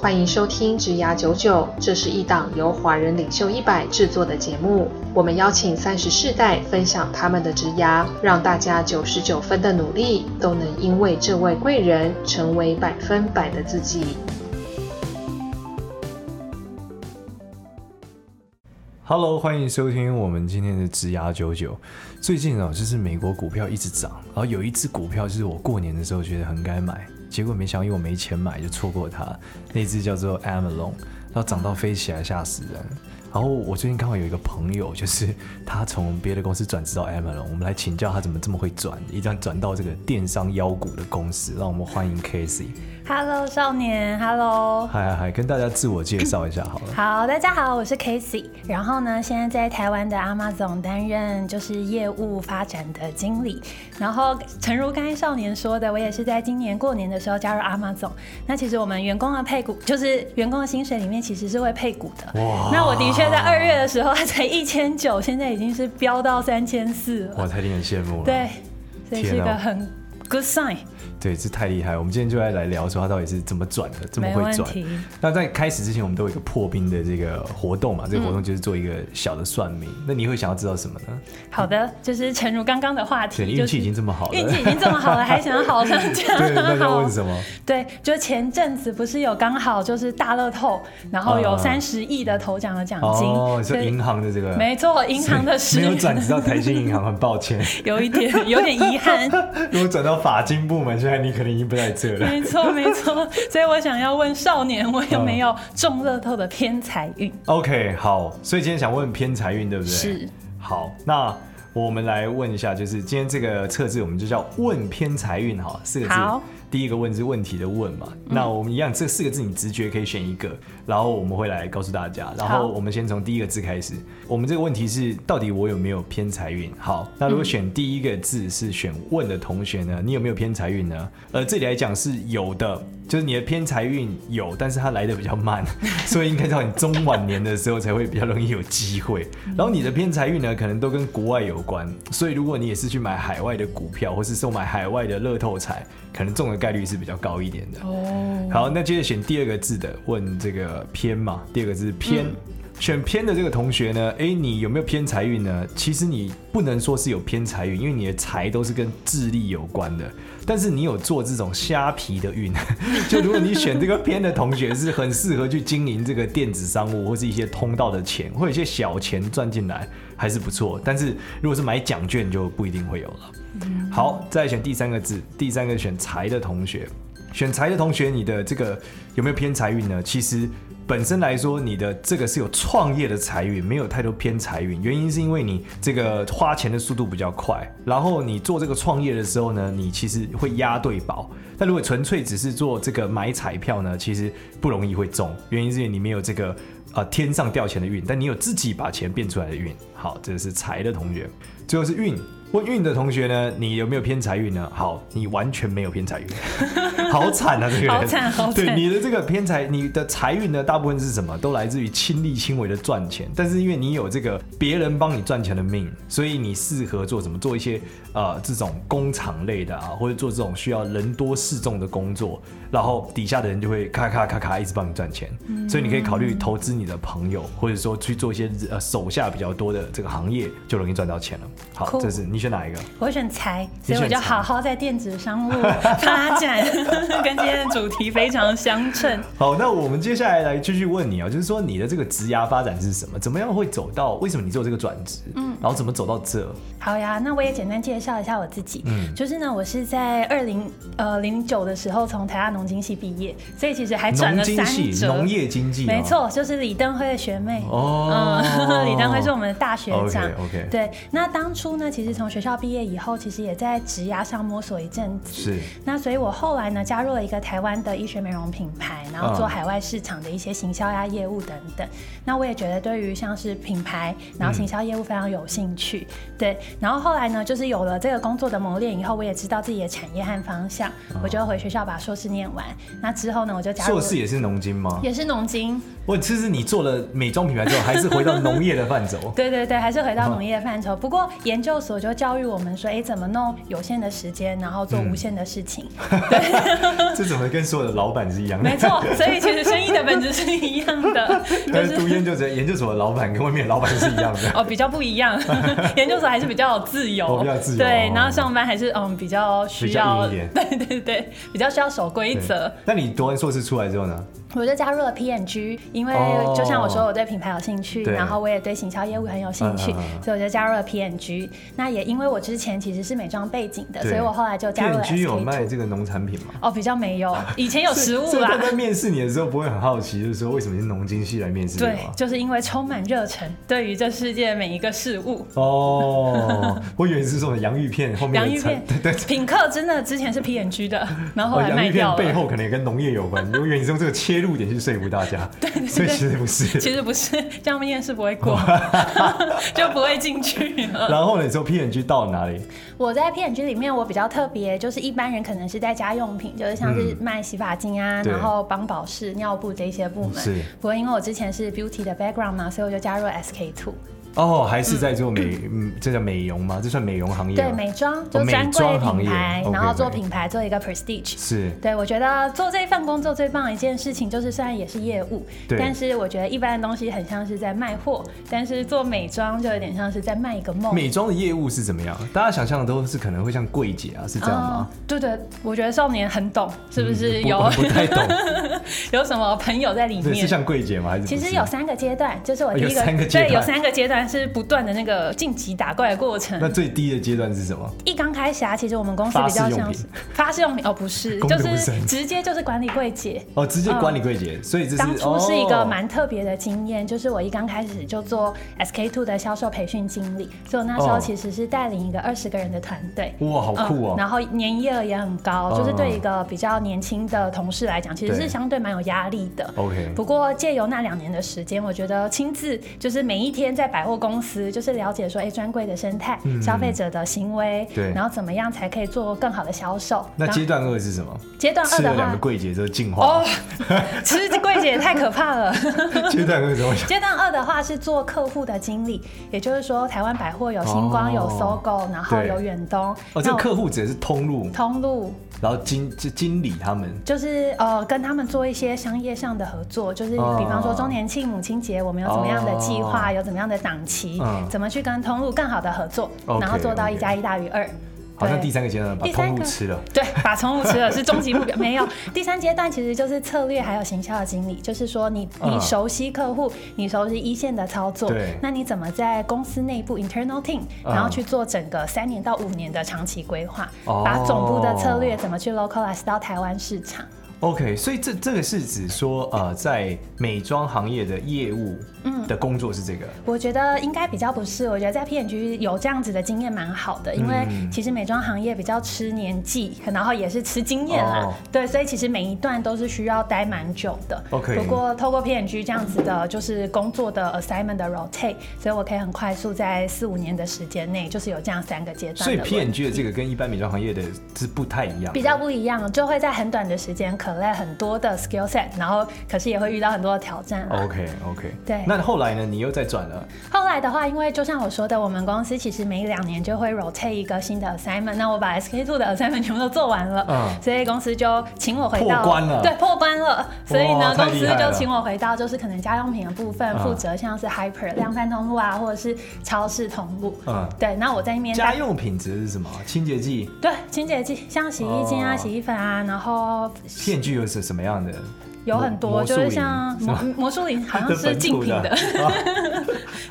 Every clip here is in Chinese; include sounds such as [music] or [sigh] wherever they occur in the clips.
欢迎收听《职涯九九》，这是一档由华人领袖一百制作的节目。我们邀请三十世代分享他们的职涯，让大家九十九分的努力都能因为这位贵人成为百分百的自己。 Hello，欢迎收听我们今天的职涯九九。最近啊，就是美国股票一直涨，然后有一只股票就是我过年的时候觉得很该买，结果没想到因为我没钱买就错过它。那只叫做 Amazon，然后涨到飞起来吓死人。然后我最近刚好有一个朋友，就是他从别的公司转职到 Amazon，我们来请教他怎么这么会转，一旦转到这个电商妖股的公司。让我们欢迎 Casey。 Hello，少年，Hello。嗨嗨嗨，跟大家自我介绍一下好了。好，大家好，我是 Casey。然后呢，现在在台湾的 Amazon 担任就是业务发展的经理。然后，诚如刚才少年说的，我也是在今年过年的时候加入 Amazon。那其实我们员工的啊配股，就是员工的薪水里面其实是会配股的。哇那我的确在二月的时候它才一千九，现在已经是飙到三千四了。哇，太令人羡慕了。对，所以是一天个啊很 good sign。对，这太厉害了！我们今天就来来聊说他到底是怎么转的，这么没会问转题。那在开始之前，我们都有一个破冰的这个活动嘛，这个嗯活动就是做一个小的算命。那你会想要知道什么呢？好的，就是诚如刚刚的话对，题，运就气是已经这么好了，运气已经这么好了，还想要好上 [laughs] 对，那加要好问？什么？对，就前阵子不是有刚好就是大乐透，然后啊有三十亿的头奖的奖金，哦，是对银行的这个，没错，银行的是事没有转职到台新银行，很抱歉。 [laughs] 有一点有点遗 [laughs] 憾，如果转到法金部门，现在你可能已经不在这了。没错没错，所以我想要问少年，我嗯有没有中乐透的偏财运？ OK，好，所以今天想问偏财运，对不对？是。好，那我们来问一下，就是今天这个测字，我们就叫“问偏财运”哈，四个字好。第一个“问”是问题的“问”嘛，那我们一样，这四个字你直觉可以选一个，然后我们会来告诉大家。然后我们先从第一个字开始。我们这个问题是到底我有没有偏财运？好，那如果选第一个字是选“问”的同学呢，你有没有偏财运呢？呃，这里来讲是有的，就是你的偏财运有，但是它来的比较慢， [laughs] 所以应该到你中晚年的时候才会比较容易有机会。然后你的偏财运呢，可能都跟国外有关，所以如果你也是去买海外的股票，或是购买海外的乐透彩，可能中的概率是比较高一点的。哦，好，那接着选第二个字的，问这个偏嘛？第二个字偏。选偏的这个同学呢，诶，你有没有偏财运呢？其实你不能说是有偏财运，因为你的财都是跟智力有关的。但是你有做这种虾皮的运， [laughs] 就如果你选这个偏的同学，是很适合去经营这个电子商务或是一些通道的钱，会有一些小钱赚进来，还是不错。但是如果是买奖券，就不一定会有了。好，再选第三个字，第三个选财的同学，选财的同学，你的这个有没有偏财运呢？其实本身来说，你的这个是有创业的财运，没有太多偏财运。原因是因为你这个花钱的速度比较快，然后你做这个创业的时候呢，你其实会押对宝。但如果纯粹只是做这个买彩票呢，其实不容易会中，原因是因为你没有这个呃天上掉钱的运，但你有自己把钱变出来的运。好，这是财的同学，最后是运。问运的同学呢，你有没有偏财运呢？好，你完全没有偏 [laughs] 财运，好惨啊！这个人，好惨好惨对你的这个偏财，你的财运呢，大部分是什么？都来自于亲力亲为的赚钱，但是因为你有这个别人帮你赚钱的命，所以你适合做什么？做一些呃这种工厂类的啊，或者做这种需要人多势众的工作，然后底下的人就会咔咔咔咔一直帮你赚钱，所以你可以考虑投资你的朋友，或者说去做一些呃手下比较多的这个行业，就容易赚到钱了。好， Cool 这是你选哪一个？我选财，你所选以我就好好在电子商务发 [laughs] 展，跟今天的主题非常相称。好，那我们接下来来继续问你啊，就是说你的这个职涯发展是什么？怎么样会走到？为什么你做这个转职？嗯，然后怎么走到这？好呀，那我也简单介绍一下我自己。嗯就是呢，我是在二零呃零九的时候从台大农经系毕业，所以其实还哎转农了经三系，折。农业经济、哦，没。错，就是李登辉的学妹。哦嗯， [laughs] 李登辉是我们的大学长。 OK，OK 对，那当初呢，其实从学校毕业以后，其实也在职涯上摸索一阵子。是那所以我后来呢，加入了一个台湾的医学美容品牌，然后做嗯海外市场的一些行销呀、业务等等。那我也觉得对于像是品牌，然后行销业务非常有兴趣。嗯对，然后后来呢，就是有了这个工作的磨练以后，我也知道自己的产业和方向，我就回学校把硕士念完。那之后呢，我就加入硕士也是农经吗？也是农经，我其实你做了美妆品牌之后，还是回到农业的范畴 [laughs] 。对对对，还是回到农业范畴。不过研究所就教育我们说，哎，怎么弄有限的时间，然后做无限的事情。这怎么跟所有的老板是一样的？ [laughs] [laughs] 没错，所以其实生意的本质是一样的，就但是读是研究所，研究所的老板跟外面的老板是一样 [laughs] 的。哦比较不一样。研究所还是比较自由，哦比较自由对哦，然后上班还是嗯比较需比较要，硬一点 [laughs] 对对对，比较需要守规则对。那你读完硕士出来之后呢？我就加入了 PNG，因为哦就像我说，我对品牌有兴趣，对然后我也对行销业务很有兴趣嗯嗯嗯，嗯所以我就加入了 PNG。那也因为我之前其实是美妆背景的，对所以我后来就加入了 P&G 有卖 SK two。这个农产品吗？哦，比较没 [laughs] 有，以前有食物啊所以啦他，在面试你的时候不会很好奇，就是说为什么是农经系来面试对你吗，？就是因为充满热忱，对于这世界每一个事物。 [laughs] 哦，我以为是说洋芋片后面洋的芋产片对对，，品客真的之前是 [laughs] PNG 的，然后哦，后来洋卖芋片掉背了。后可能也跟农业有关，我以为你是用这个切入点去说服大家，对 [laughs] 对所以其实不是。其实不是，这样面试不会 [laughs] 过，就不会进去了。然后呢，你说 P&G 到了哪里？ [laughs] 我在 P&G 里面，我比较特别，就是一般人可能是在家用品，就是像是嗯卖洗发精啊，对然后帮保湿、尿布这一些部门。是不过因为我之前是 beauty 的 background 嘛，所以我就加入 SK two，哦，还是在做美，嗯，这叫美容吗？这算美容行业吗？对美妆，就哦是专美柜妆行品业牌， OK，然后做 OK 品牌，做一个 prestige。是对，我觉得做这份工作最棒的一件事情，就是虽然也是业务，对但是我觉得一般的东西很像是在卖货，但是做美妆就有点像是在卖一个梦。美妆的业务是怎么样？大家想象的都是可能会像柜姐啊，是这样吗？嗯哦？对对，我觉得少年很懂，是不是不有、不太懂， [laughs] 有什么朋友在里对，是面？像柜姐吗？还是不其是实有三个阶段，就是我哦第一有个三个阶对段有三个阶段是不断的那个晋级打怪的过那程。最低的阶段是什么？一刚开始啊，其实我们公司发比饰较用像品是发饰用品哦，不是，工就读是生直接就是管理柜姐。哦，直接管理柜姐，所以这是嗯当初是一个哦蛮特别的经验，就是我一刚开始就做 SK two 的销售培训经理，所以我那时哦候其实是带领一个二十个人的团队。哇，好酷嗯哦！然后年营业额也很高，嗯就是对一个比较年轻的同事来讲，其实对哦是相对蛮有压力的。 OK 不过借由那两年的时间，我觉得亲自就是每一天在百货公司，就是了解说，哎，专柜的生态、消费者的行嗯为，对然后怎么样才可以做更好的销售。那然后阶段二是什么？阶段二吃了的两个话，柜姐之后进化哦。， [laughs] 吃柜姐也太可怕了。阶段二是什么？ [laughs] 阶段二的话是做客户的经理，也就是说，台湾百货有星光、哦有搜狗，然后对有远东，哦，这那个我客户指的是通路，通路，然后经这经理他们就是呃，跟他们做一些商业上的合作，就是比哦方说周年庆、母亲节，我们有怎么样的计划，哦有怎么样的档期，嗯怎么去跟通路更好的合作， OK，然后做到 OK 一加一大于二。好像对第三个阶段把第三个通路吃了。对，把宠物吃了是终极目标。没有，第三阶段其实就是策略还有行销的经理，就是说你嗯你熟悉客户，你熟悉一线的操作对，那你怎么在公司内部 internal team，嗯然后去做整个三年到五年的长期规划，哦把总部的策略怎么去 localize 到台湾市场。 OK，所以这这个是指说呃，在美妆行业的业务的工作是这个。我觉得应该比较不是，我觉得在 P&G 有这样子的经验蛮好的，因为嗯其实美妆行业比较吃年纪， [laughs] 然后也是吃经验啦，哦对，所以其实每一段都是需要待蛮久的。 OK 不过透过 P&G 这样子的，就是工作的 assignment 的 rotate，所以我可以很快速在四五年的时间内，就是有这样三个阶段的。所以 P&G 的这个跟一般美妆行业的是不太一样的，比较不一样，就会在很短的时间 collect 很多的 skill set，然后可是也会遇到很多的挑战啊。 OK OK，对那后来呢？你又再转了，后来的话，因为就像我说的，我们公司其实每两年就会 rotate 一个新的 assignment，那我把 SK two 的 assignment 全部都做完了，嗯所以公司就请我回到破关了对，破关了，所以哇呢，太公厉司害了就请我回到就是可能家用品的部分，嗯负责像是 hyper 量贩通路啊，或者是超市通路，嗯对，那我在那边家带。用品质是什么？清洁剂对，清洁剂像洗衣精啊、哦洗衣粉啊，然后骗具又是什么样的？有很魔多，魔术就是林像魔魔术林好像这 [laughs] 是本竞土品的， [laughs] 啊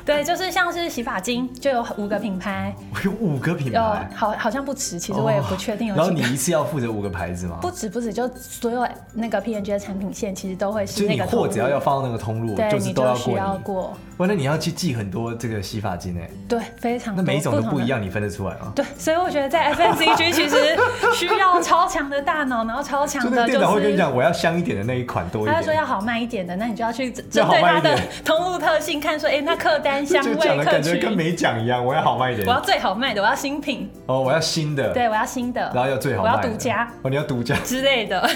对，就是像是洗发精就有五个品牌，我有五个品有牌，好好像不止，其实我也不确定有嗯哦然后几你个。一次要负责五个牌子吗？不止不止，就所有那个 P&G 的产品线，其实都会就是是那你个货只要要通路，放到那个通路，对，就你是都就要需过要你。过，哇，那你要去寄很多这个洗发精哎，对，非常那多每一种都不同不的一。样，你分得出来吗？对，所以我觉得 [laughs] 在 FMCG 其实需要超强的大脑，然后超强就那的个就店长会跟你是讲，我要香一点的那一款，讲多一他就说要点。好卖一点的，那你就要去针要针好对卖它一点的通路特性看说，哎、那客 [laughs] 单香就讲味的客感觉群，跟没讲一样，我要好卖一点我。要最好卖的，我要新品，哦，我要新的，对我要新的，然后要最好我卖的。要独家哦，你要独 [laughs] 家。之类的，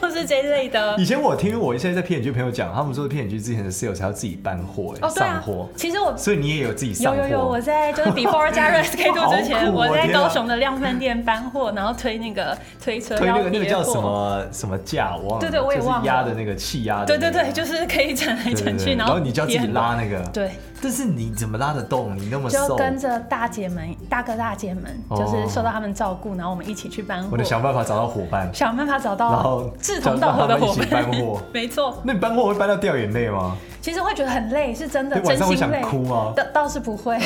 就是这一类的。以前我听我现在在骗局朋友讲，他们说骗局之前的 sales 还要自己搬货、哎、哦，对上啊货，，其实我所以你也有自己上有货。有有，我在就是 before 加 [laughs] 入 SK two 之好前，苦哦我在天啊高雄的量贩店搬货，然后推那个推车，推那个要那个叠叫货什？么啊什么架，我忘了。对对我也就忘了是压的那个气压的、对对对，。就是可以铲来对对铲去，对，然后后你就要自己叠拉。那个，对，但是你怎么拉得动？你那么就瘦，跟着大姐们、大哥大姐们，哦就是受到他们照顾，然后我们一起去搬货我，得想办法找到伙伴。想办法找然到后志同道合的伙找到他们一伴起搬货。 [laughs] 没错，那你搬货会搬到掉眼泪吗？其实会觉得很累，是真的，对晚真上会心想累。哭吗哦倒倒是不会。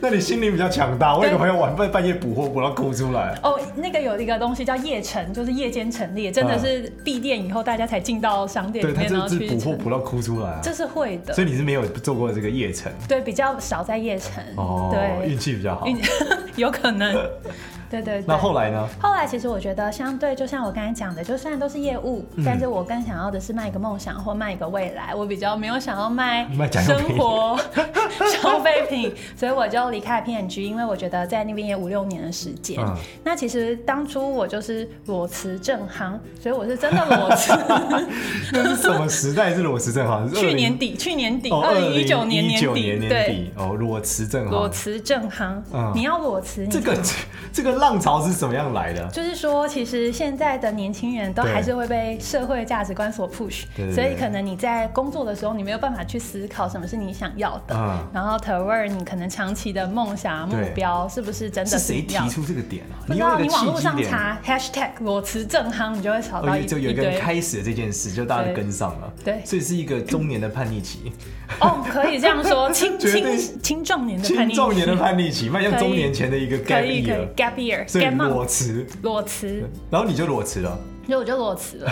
那你心灵比较强大。我有个对朋友晚半半夜补货补到哭出来，哦，那个有一个东西叫夜城，就是夜间陈列，真的是闭店以后大家才进到商店嗯对里他面，然后就是去补货陈补到哭出来啊。这是会的所，以你是没有做过这个夜城对，比较少在夜城，哦，运对，气比较好。运 [laughs] 有可能，对对对。那后来呢？后来其实我觉得，相对就像我刚才讲的，就虽然都是业务，嗯但是我更想要的是卖一个梦想或卖一个未来。我比较没有想要卖卖假用生品 [laughs] 活消费品，所以我就离开了 P&G，因为我觉得在那边也五六年的时间。嗯那其实当初我就是裸辞正行，所以我是真的 [laughs] 裸辞。那是什么时代是裸辞正好？是去20年底，去年底，哦，二零一九年年年年底，对，底哦，裸辞正好裸。辞正行嗯。你要裸辞，你这个这个浪潮是怎么样来的？就是说，其实现在的年轻人都对还是会被社会价值观所 push，对对对所以可能你在工作的时候，你没有办法去思考什么是你想要的，嗯然后 toward 你可能长期的梦想啊目对标是不是真的是是谁你提要？出这个点啊？不知有道一你个网络契机上点查 hashtag 裸辞正夯，你就会找到哦，一就有一一个人堆。开始这件事，就大家都跟上了，对对所以是一个中年的叛逆期，哦，可以这 [laughs] 样说，青绝对青青壮年的嗯叛青逆期，壮年的叛逆 [laughs] 期，迈向可以中年前的一个可 gap 以可以 year， gap year 所以 gap month 裸辞，裸辞，然后你就裸辞了，所以我就裸辞了。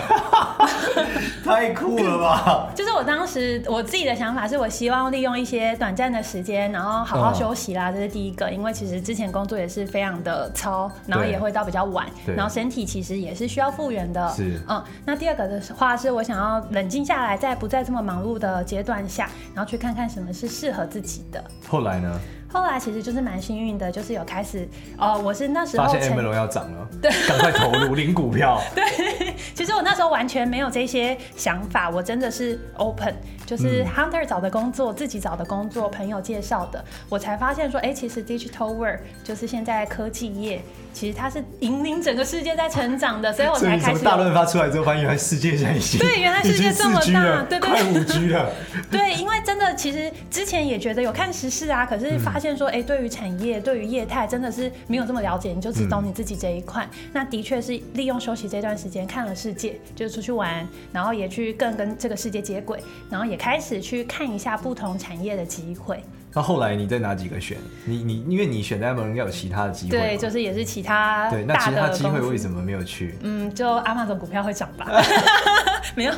太酷了 [laughs] 吧？就是我当时我自己的想法是，我希望利用一些短暂的时间，然后好好休息啦，这是第一个。因为其实之前工作也是非常的操，然后对也会到比较晚，对然后身体其实也是需要复原的。是嗯。那第二个的话是我想要冷静下来，在不再这么忙碌的阶段下，然后去看看什么是适合自己的。后来呢？后来其实就是蛮幸运的，就是有开始，哦，我是那时发候现 M 曾荣要涨 [laughs] 了，赶快投入领股票，其实我那时候完全没有这些想法，我真的是 open，就是嗯 hunter 找的工作、自己找的工作、朋友介绍的，我才发现说，哎、其实 digital work 就是现在科技业，其实它是引领整个世界在成长的，所以我所以才你开从始大有。润发出来之后，发现原来世界现在已经对原来世界这么大已经 4G 了对对对 [laughs] 快五 G 了，对，因为真的，其实之前也觉得有看时事啊，可是发现说，哎、对于产业、对于业态，真的是没有这么了解，你就只懂你自己这一块。嗯那的确是利用休息这段时间看了世界，就是出去玩，然后也去更跟这个世界接轨，然后也开始去看一下不同产业的机会。那后来你再拿几个选？你你因为你选 M 荣应该有其他的机会嘛，对，就是也是其他对，那大其的他机会公司为什么没有去？嗯，就阿玛总股票会涨 [laughs] 吧？没有，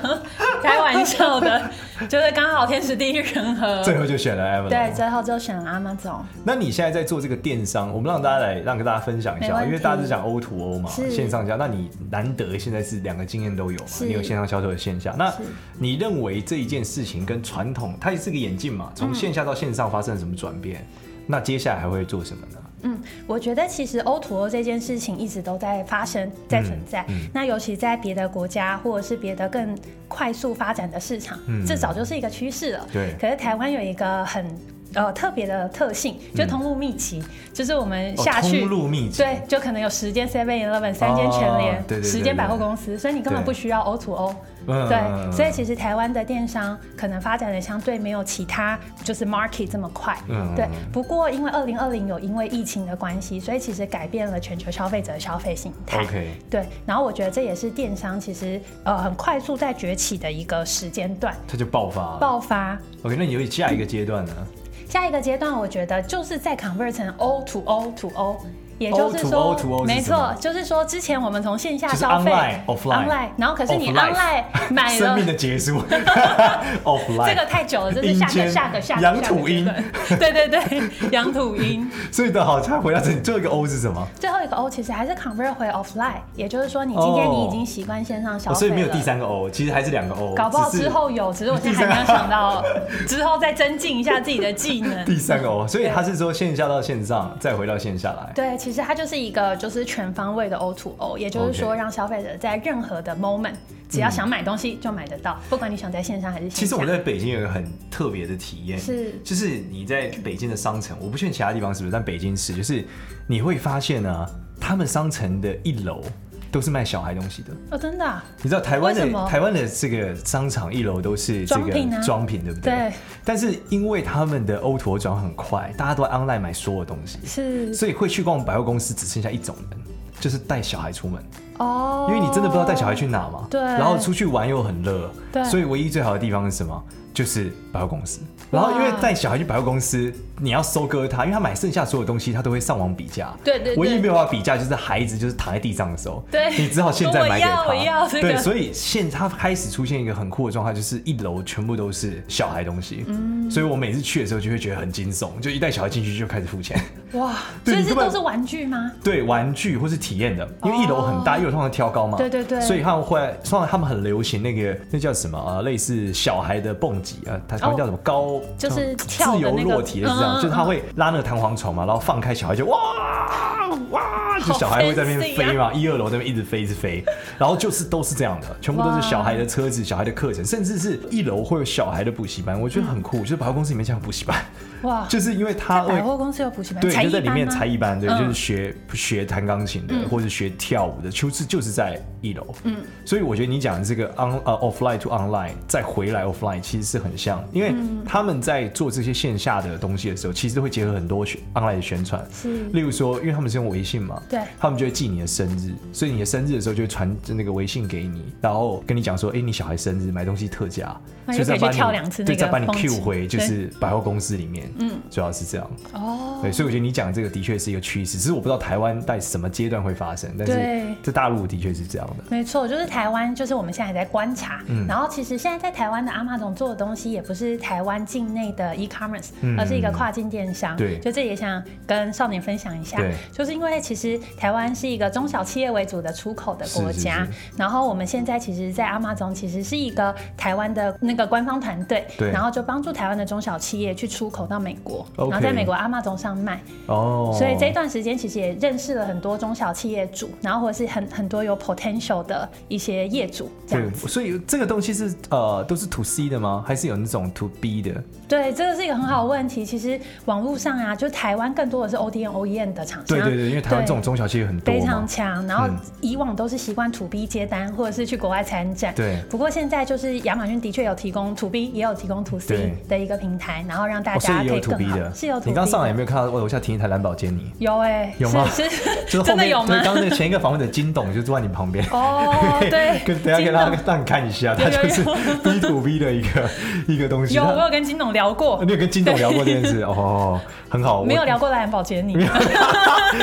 开玩笑的，就是刚好天时地利人和。最后就选了 M 对，最后就选了阿玛总。那你现在在做这个电商，我们让大家来让跟大家分享一没下，问题因为大家是讲 O to O 嘛，是线上加，那你难得现在是两个经验都有嘛，是你有线上销售的线下，那是你认为这一件事情跟传统，它也是个演进嘛，嗯从线下到线上发生了什么转变？那接下来还会做什么呢？嗯，我觉得其实 O to O 这件事情一直都在发嗯生，在存在。那尤其在别的国家或者是别的更快速发展的市场，嗯这早就是一个趋势了。对可是台湾有一个很呃特别的特性，就通路密集，就是我们下嗯哦、去。通路密集，对，就可能有十间 Seven Eleven 三间全联哦，对对对十对间百货公司，所以你根本对不需要 O to O。嗯对，所以其实台湾的电商可能发展的相对没有其他就是 market 这么快。嗯对，不过因为二零二零有因为疫情的关系，所以其实改变了全球消费者的消费形态。 OK 对，然后我觉得这也是电商其实呃很快速在崛起的一个时间段它就爆发了。爆发。 OK，那你有下一个阶段呢？下一个阶段，我觉得就是在 convert 成 O to O to O。也就是说 O to O to O 是没什么错，就是说之前我们从线下就是消费 online offline online，然后可是你 of life online 买 [laughs] 生了命的结束，off life，哎这个太久了，这是下阴个间下个下个羊土音下个阶段 [laughs] 对对对，羊土音。所以的好，他回到这里，最后一个 O 是什么？哦最后一个 O 其实还是 convert 回 offline，也就是说你今天哦你已经习惯线上消哦，费了，所以没有第三个 O，其实还是两个 O，搞不好只是之后有，只是我现在还没有想到，之后再增进一下自己的技能。第三个 O，所以他是说线下到线上，再回到线下来。对，其实它就是一个就是全方位的 O to O，也就是说 OK 嗯让消费者在任何的 moment，只要想买东西就买得到，不管你想在线上还是线下。其实我在北京有一个很特别的体验，是就是你在北京的商城，我不确定其他地方是不是，但北京是，就是你会发现呢、啊，他们商城的一楼都是卖小孩东西的。哦，真的啊、你知道台湾的为什么台湾的这个商场一楼都是这装个品啊装品，对不对？对。但是因为他们的 O to O 转很快，大家都在 online 买所有东西，是所以会去逛百货公司只剩下一种人，就是带小孩出门，哦，因为你真的不知道带小孩去哪嘛。对然后出去玩又很热，对所以唯一最好的地方是什么？就是百货公司。然后因为带小孩去百货公司，你要收割他，因为他买剩下所有东西，他都会上网比价。对对对唯一没有办法比价就是孩子就是躺在地上的时候，对你只好现在买给他。我要我要这个对，所以现他开始出现一个很酷的状态，就是一楼全部都是小孩东西。嗯。所以我每次去的时候就会觉得很惊悚，就一带小孩进去就开始付钱。哇，所对以你这根本都是玩具吗？对玩具或是体验的，因为一楼很大，一楼通常挑高嘛，哦对对对所以他们会，通常他们很流行那个那叫什么啊、呃类似小孩的蹦极啊，呃它他们叫什么高，就是嗯跳的自由那个落体的是这嗯嗯样，就是他会拉那个弹簧床嘛，然后放开小孩就哇哇，就小孩会在那边飞啊嘛，一二楼那边一直飞一直 [laughs] 飞，然后就是都是这样的，全部都哇是小孩的车子、小孩的课程，甚至是一楼会有小孩的补习班，我觉得很酷，就是百货公司里面像补习班，哇，就是因为他会百货公司有补习班，对，才就艺在里面班吗才艺班，对，嗯就是学学弹钢琴的，或者学跳舞的，就是就是在一楼。嗯，所以我觉得你讲的这个 on 呃 offline to online 再回来 offline 其实是很像，因为嗯他们在做这些线下的东西的时候，其实都会结合很多宣 online 的宣传，是例如说，因为他们是用微信嘛，嗯对他们就会记你的生日，所以你的生日的时候就会传那个微信给你，然后跟你讲说，哎，你小孩生日买东西特价，那所以就可再以把去你跳两次那对，个再把你风景 Q 回就对是百货公司里面，嗯，主要是这样。哦，对，所以我觉得你讲的这个的确是一个趋势，只是我不知道台湾在什么阶段会发生，但对是在大陆的确是这样的。没错，就是台湾，就是我们现在还在观察。嗯然后其实现在在台湾的阿玛总做的东西，也不是台湾境内的 e-commerce，、嗯而是一个跨境电商。对就这也想跟少年分享一下对，就是因为其实台湾是一个中小企业为主的出口的国家，是是然后我们现在其实，在阿玛总其实是一个台湾的那个官方团队，对然后就帮助台湾的中小企业去出口到美国，然 OK 后在美国阿玛总上卖。哦，所以这段时间其实也认识了很多中小企业主，然后或者是很很多有 potential 的一些业主这样对，子。所以这个东西是呃都是 to C 的吗？还是有那种 to B 的？对，这个是一个很好的问题。其实网络上啊，就台湾更多的是 ODM、OEM E 的厂商，对对对，因为台湾这种中小企业很多非嘛常。强。然后嗯以往都是习惯 to B 接单，或者是去国外参展。对不过现在就是亚马逊的确有提供 to B，也有提供 to C 对的一个平台，然后让大哦，所家以也可有以 to 更 B 好。的。是有 to B。你刚上来有没有看到我楼下停一台蓝宝坚尼？有哎、有吗是是，就是后真的面有吗对，？刚刚那个前一个访问的金董就坐在你旁边。哦，对 [laughs] ，跟等一下金给他董让你看一下，有他就有是 [laughs] 有 B to B 的一个一个东西。有，他我有跟金董聊过你，有跟金董聊过这件事哦，很好。我没有聊过蓝宝坚尼， [laughs]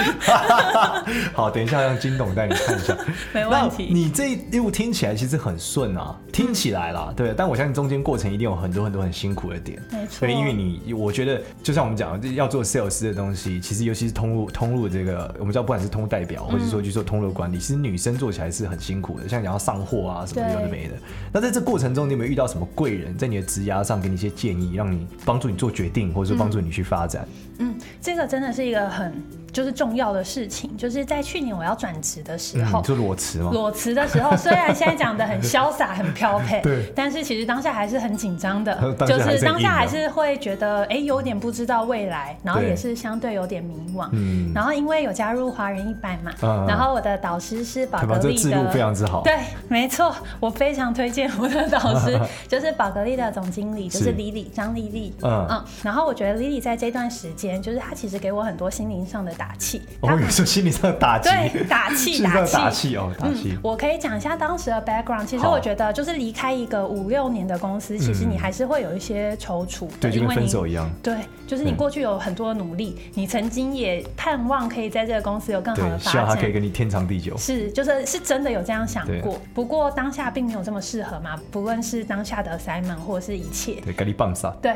好，等一下让金董带你看一下。 [laughs] 没那问题。嗯你这一路听起来其实很顺啊，听起来啦，对，但我相信中间过程一定有很多很多很辛苦的点。没错对，因为你，我觉得就像我们讲的，要做 sales 的东西，其实尤其是通路通路这个，我们知道不管是通路代表，或者说去做通路管理，其实女生做起来是很辛苦的，像你要上货啊什么对有的没的。那在这过程中，你有没有遇到什么贵人，在你的职涯上给你一些建议，让你帮助你做决定，或者说帮助你去发展？嗯，这个真的是一个很就是重要的事情，就是在去年我要转职的时嗯候你，做裸辞吗？哦嗯裸辞的时候，虽然现在讲的很潇洒、很飘配， [laughs] 对但是其实当下还是很紧张的 [laughs] ，当下就还是很是当硬下啊还是会觉得，哎、有点不知道未来，然后对也是相对有点迷惘。嗯然后因为有加入华人一百嘛，嗯嗯然后我的导师是宝对吧格这丽制度的，非常之好对，没错，我非常推荐我的导 [laughs] 师，就是宝格丽的总经理，就是是李李张丽丽，嗯嗯，然后我觉得 Lily 在这段时间，就是她其实给我很多心灵上的打气。哦，有时候心理上的打击， [laughs] 对，打 [laughs] 心气理上打的气打气哦，打气嗯，。我可以讲一下当时的 background。其实好嗯我觉得，就是离开一个五六年的公司，其实你还是会有一些踌躇的，对，就因跟为分你手一样。对，就是你嗯过去有很多的努力，你曾经也盼望可以在这个公司有更好的对，发希展，望他可以跟你天长地久。是，就是是真的有这样想对过，不过当下并没有这么适合嘛，不论是当下的 assignment 或者是一切。对，跟你棒杀。 [laughs] 对，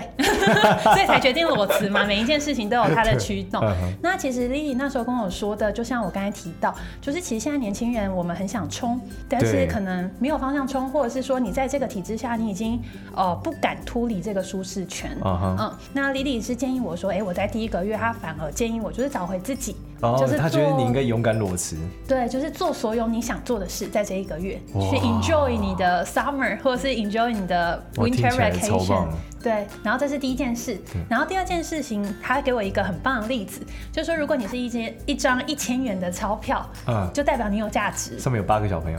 所以才决定裸辞嘛。每一件事情都有它的驱动对嗯哼。那其实 Lily 那时候跟我说的，就像我刚才提到，就是其实现在年轻人我们很想冲，但对是可能没有方向冲，或者是说你在这个体制下，你已经呃不敢脱离这个舒适圈。嗯哼嗯，那 Lily 是建议我说，哎、我在第一个月，她反而建议我就是找回自己，哦就，是他觉得做你应该勇敢裸辞。对，就是做所有你想做的事，在这一个月哇去 enjoy 你的 summer，或者是 enjoy 你的哇 winter 听起来超 vacation 棒。嗯对，然后这是第一件事，然后第二件事情，他给我一个很棒的例子，就是说如果你是一间一张一千元的钞票，嗯就代表你有价值。 [laughs] 上面有八个小朋友，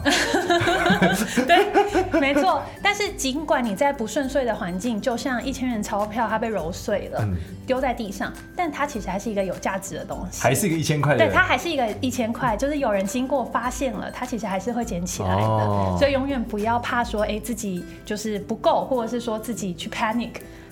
对，没错。但是尽管你在不顺遂的环境，就像一千元钞票它被揉碎了，嗯丢在地上，但它其实还是一个有价值的东西。还是一个一千块的对，人。它还是一个一千块，就是有人经过发现了，它其实还是会捡起来的。哦所以永远不要怕说，哎、自己就是不够，或者是说自己去 panic。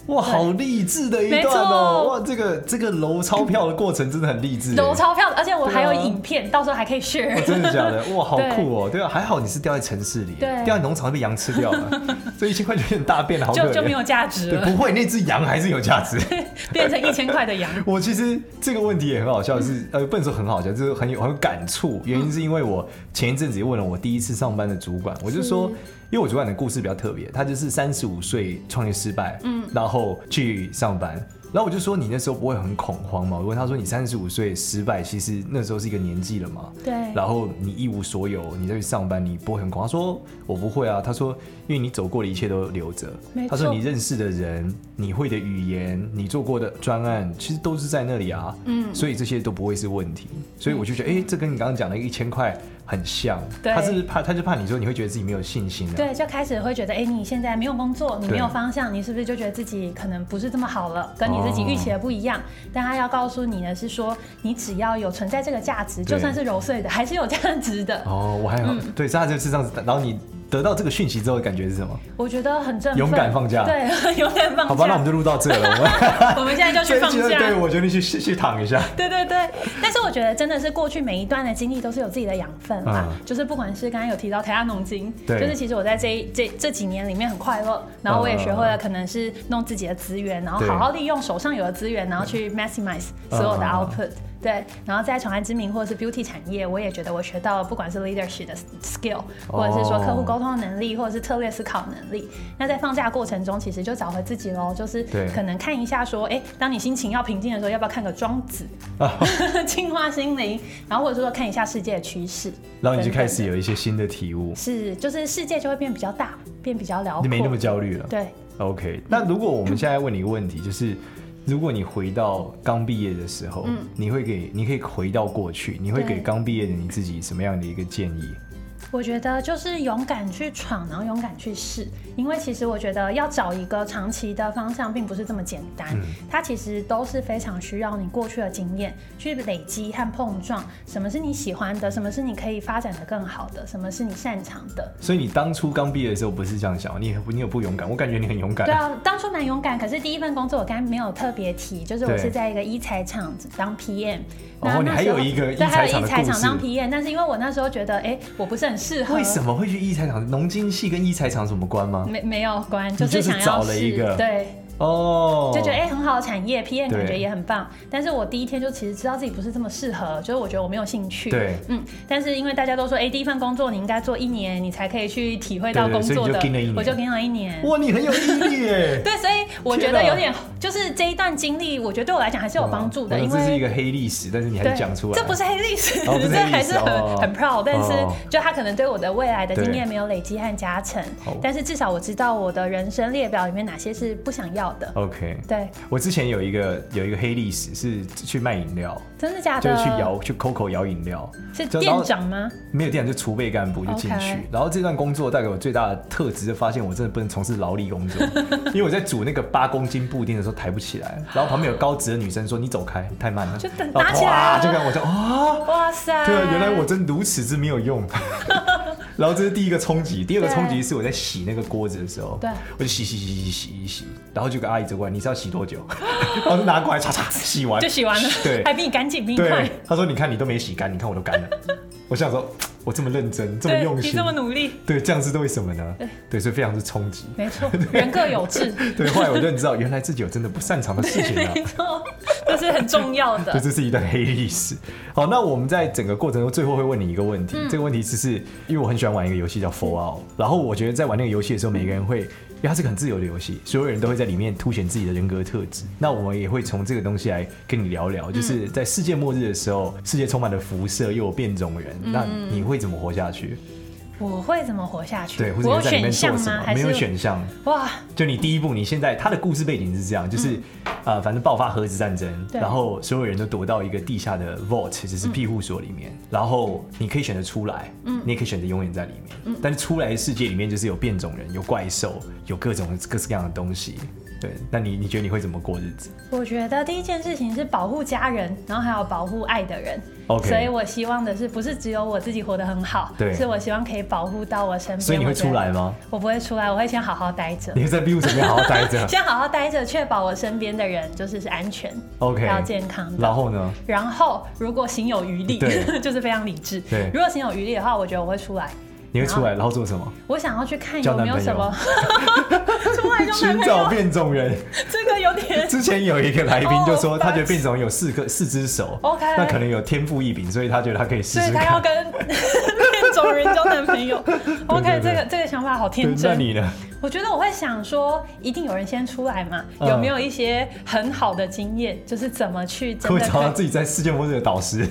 哇，好励志的一没段错哦！哇，这个这个揉钞票的过程真的很励志。揉。钞票，而且我还有对啊影片，到时候还可以 share。真的假的？哇，好酷哦！对啊，还好你是掉在城市里，对掉在农场被羊吃掉 [laughs] 了，这一千块就有点大便了，好可就怜。就没有价值对，了，不会，那只羊还是有价值。 [laughs] 变成一千块的羊。 [laughs] 我其实这个问题也很好笑， [laughs] 是呃，不能说很好笑，就是很有很有感触。原因是因为我前一阵子也问了我第一次上班的主管，我就说，因为我主管的故事比较特别，他就是三十五岁创业失败，嗯，然后去上班。然后我就说你那时候不会很恐慌吗？我问他说你三十五岁失败，其实那时候是一个年纪了嘛。对然后你一无所有，你再去上班，你不会很恐慌？他说我不会啊。他说因为你走过的一切都留着没。他说错你认识的人、你会的语言、你做过的专案，其实都是在那里啊。嗯，所以这些都不会是问题。所以我就觉得，哎、这跟你刚刚讲的一千块很像。对他是不是怕，他就怕你说你会觉得自己没有信心啊。对，就开始会觉得，哎、你现在没有工作，你没有对方向，你是不是就觉得自己可能不是这么好了，跟你自己哦预期的不一样？但他要告诉你的是说，你只要有存在这个价值，就对算是揉碎的，还是有价值的。哦，我还嗯好。对，所以他就是这样子。然后你得到这个讯息之后，感觉是什么？我觉得很振奋，勇敢放假对， [laughs] 勇敢放假。好吧，那我们就录到这 [laughs] 了。我们 [laughs] 我们现在就去放假。对，我决定去去去躺一下。 [laughs] 对对对，但是我觉得真的是过去每一段的经历都是有自己的养分啦，嗯就是不管是刚刚有提到台大农经，就对是其实我在这一这这几年里面很快乐，然后我也学会了可能是弄自己的资源，然后对好好利用手上有的资源，然后去 maximize 所有的嗯 output。对，然后在宠爱之名或者是 beauty 产业，我也觉得我学到了，不管是 leadership 的 skill，或者是说客户沟通的能力，或者是策略思考能力。那在放假过程中，其实就找回自己喽，就是对可能看一下说，哎，当你心情要平静的时候，要不要看个庄子， [laughs] 净化心灵，然后或者说看一下世界的趋势，然后你就等等开始有一些新的体悟，是就是世界就会变比较大，变比较辽阔，你没那么焦虑了。对 OK，那如果我们现在问你一个问题，就是如果你回到刚毕业的时候，你会给你可以回到过去，你会嗯对给刚毕业的你自己什么样的一个建议？我觉得就是勇敢去闯，然后勇敢去试，因为其实我觉得要找一个长期的方向，并不是这么简单，嗯它其实都是非常需要你过去的经验去累积和碰撞，什么是你喜欢的，什么是你可以发展的更好的，什么是你擅长的。所以你当初刚毕业的时候不是这样想，你也你有不勇敢，我感觉你很勇敢。对啊，当初蛮勇敢，可是第一份工作我刚刚没有特别提，就是我对是在一个医材厂当 PM，哦你还时候有一个对，医材还有厂医的材故厂当事 PM，但是因为我那时候觉得，哎、我不是很适合，为什么会去医材厂？农经系跟医材厂有什么关吗？没没有关，就你就是是想要找了一试个对，哦，嗯就觉得哎、很好的产业，PM 对感觉也很棒。但是我第一天就其实知道自己不是这么适合，就是我觉得我没有兴趣。对嗯。但是因为大家都说，哎、第一份工作你应该做一年，你才可以去体会到对对工所以作你就的。跟了一年我就跟了一年。！哇，你很有毅力耶对，所以我觉天哦得啊有点，就是这一段经历，我觉得对我来讲还 [laughs] 是有帮助的，哇因这是一为。个黑历史，但是你还对是讲出，来，这不是黑历史，哦不是黑历史这还是很、哦很 proud，但是哦就他可能对我的未来的对经验没有累积和加成好，但是至少我知道我的人生列表里面哪些是不想要效的。 OK，对，我之前有一个有一个黑历史是去卖饮料，真的假的？就是去摇去 Coco 摇饮料，是就店长吗？没有店长就储备干部就进去 OK 然后这段工作带给我最大的特质，就发现我真的不能从事劳力工作， [laughs] 因为我在煮那个八公斤布丁的时候抬不起来，然后旁边有高职的女生说你走开，太慢了，就等然后拿起来哇了就跟我说啊，哇塞！对啊，原来我真如此之没有用。 [laughs] 然后这是第一个冲击，第二个冲击是我在洗那个锅子的时候，对我就洗洗洗洗洗一洗，然后就跟阿姨走过来，你是要洗多久？ [laughs] 然后就拿过来，嚓嚓洗完就洗完了，对还比你赶紧比你快对。，她说你看你都没洗干，你看我都干了。我想说，我这么认真，这么对用你心这，么努力，对，这样是为什么呢？对，所以非常之冲击。[laughs] 没错，人各有志，对，后来我认知到，原来自己有真的不擅长的事情啊。没错，这是很重要对，的。这是一段黑历史。好，那我们在整个过程中，最后会问你一个问嗯题。这个问题就是因为我很喜欢玩一个游戏叫 Fallout，然后我觉得在玩那个游戏的时候，每个人会，因为它是个很自由的游戏，所有人都会在里面凸显自己的人格特质。那我们也会从这个东西来跟你聊聊，嗯就是在世界末日的时候，世界充满了辐射，又有变种人，嗯那你会怎么活下去？我会怎么活下去？对，或者你我有会在里面选做项什吗？么？还没是有选项。哇，就你第一步，你现在它的故事背景是这样，就是、呃，反正爆发核子战争，嗯对嗯然后所有人都躲到一个地下的 vault，其实是庇护所里面，然后你可以选择出来，你也可以选择永远在里面，嗯但是出来的世界里面就是有变种人、有怪兽、有各种各式各样的东西。对，那你你觉得你会怎么过日子？我觉得第一件事情是保护家人，然后还有保护爱的人。 OK 所以我希望的是，不是只有我自己活得很好，对是我希望可以保护到我身边。所以你会我觉得出来吗？我不会出来，我会先好好待着 [laughs] 你，会在庇护所里面好好待 [laughs] 着先好好待着，确保我身边的人就是是安全， ，OK？还有健康的。然后呢？然后如果行有余力对， [laughs] 就是非常理智。对如果行有余力的话，我觉得我会出来。你会出来，然后做什么？我想要去看交有男没有朋什友么， [laughs] 出来就 [laughs] 男寻朋找友，变种人。这个有 [laughs] 点之前有一个来宾就说，哦他觉得变种人有四个四只手 OK 那可能有天赋异禀，所以他觉得他可以试所以试他要看。跟 [laughs] 变种人交男 [laughs] 朋友。对 OK，对这个这个想法好对天，那真。你呢？我觉得我会想说，一定有人先出来嘛？嗯有没有一些很好的经验，就是怎么去真会的找到可自己在世界末日的导师，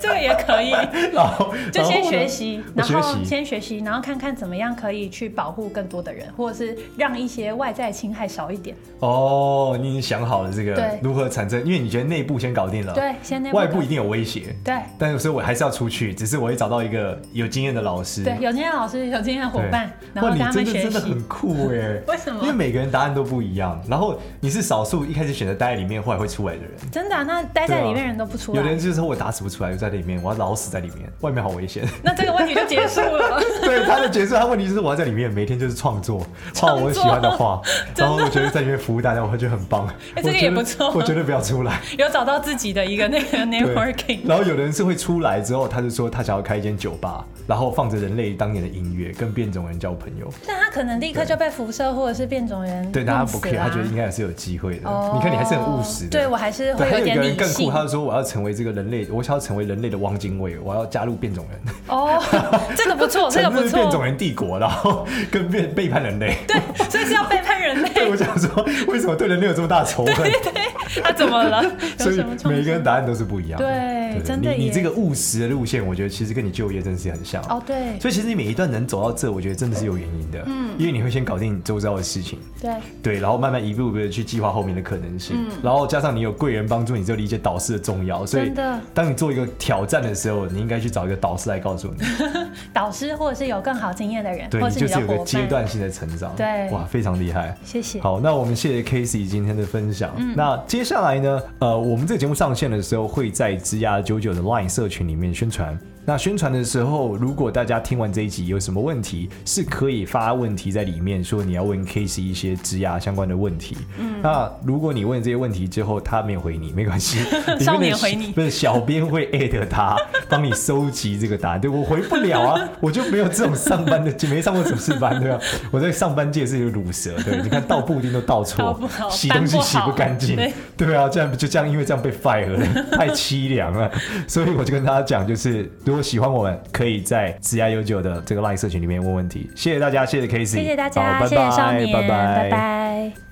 这个也可以， [laughs] 然后就然后先呢学习，我然学后习。先学习，然后看看怎么样可以去保护更多的人，或者是让一些外在侵害少一点。哦，你已经想好了这个对如何产生，因为你觉得内部先搞定了，对，先那外部一定有威胁，对。但是所以我还是要出去，只是我会找到一个有经验的老师，对，有经验的老师，有经验的伙对伴，然后哇，跟你他真们的学真的习很。酷哎， [laughs] 为什么因为每个人答案都不一样，然后你是少数一开始选择待在里面，后来会出来的人。真的啊、那待在对啊里面人都不出来，有的人就是说我打死不出来，就在里面，我要老死在里面，外面好危险。 [laughs] 那这个问题就结束了。对他的角色，他问题就是我要在里面每天就是创作，画创作我喜欢的画， [laughs] 真然的后我觉得在里面服务大家，我觉得很棒。哎这个我觉得也不错我觉得不要出来。有找到自己的一个那个 [laughs] 对 networking，然后有的人是会出来之后，他就说他想要开一间酒吧，然后放着人类当年的音乐，跟变种人交朋友。但他可能立刻就被辐射或者是变种人对，但他不弄死 care，啦他觉得应该也是有机会的。哦你看你还是很务实的。对我还是对会还有一点个人理更酷，性他就说我要成为这个人类，我想要成为人类的汪精卫，我要加入变种人。哦， [laughs] 这哦个不错，这个不成立变种错，人帝国，然后跟变背叛人类。对，所以是要背叛人 [laughs] 类，我想说，为什么对人类有这么大的仇恨？ [laughs] 他怎么了？ [laughs] 所有以什么每冲一个人答案都是不一样的。对真的你你耶这个务实的路线，我觉得其实跟你就业真是很像。哦，对所以其实你每一段能走到这，我觉得真的是有原因的。嗯，因为你会先搞定周遭的事情，对，对，然后慢慢一步一步的去计划后面的可能性，然后加上你有贵人帮助，你就理解导师的重要。所以嗯真的，当你做一个挑战的时候，你应该去找一个导师来告诉你，导师或者是有更好经验的人，对或你就者你是的有伙个伴，阶段性的成长。对哇，非常厉害。谢谢，嗯好，那我们谢谢 Casey 今天的分享。那接下来呢，呃，我们这个节目上线的时候会在枝丫九九的 LINE 社群里面宣传。那宣传的时候，如果大家听完这一集有什么问题，是可以发问题在里面说你要问 Casey 一些枝丫相关的问 [laughs] 题。嗯，那如果你问这些问题之后他没有回你，没关 [laughs] 系，里少面年的回你不是小编会艾特他，帮你收集这个答案。对我回不了 [laughs] 啊，我就没有这种上班的，没上过什么事班，对吧、我在上班界是一个乳蛇，对，你看倒布丁都倒倒错不，好洗东西洗不干净搬不好，对啊，这样就这样，因为这样被 fire 了，太凄凉 [laughs] 了。所以我就跟大家讲，就是如果喜欢我们，可以在子牙悠久的这个 line 社群里面问问题。谢谢大家，谢谢 Casey，谢谢大好家，拜谢谢少拜，年，拜拜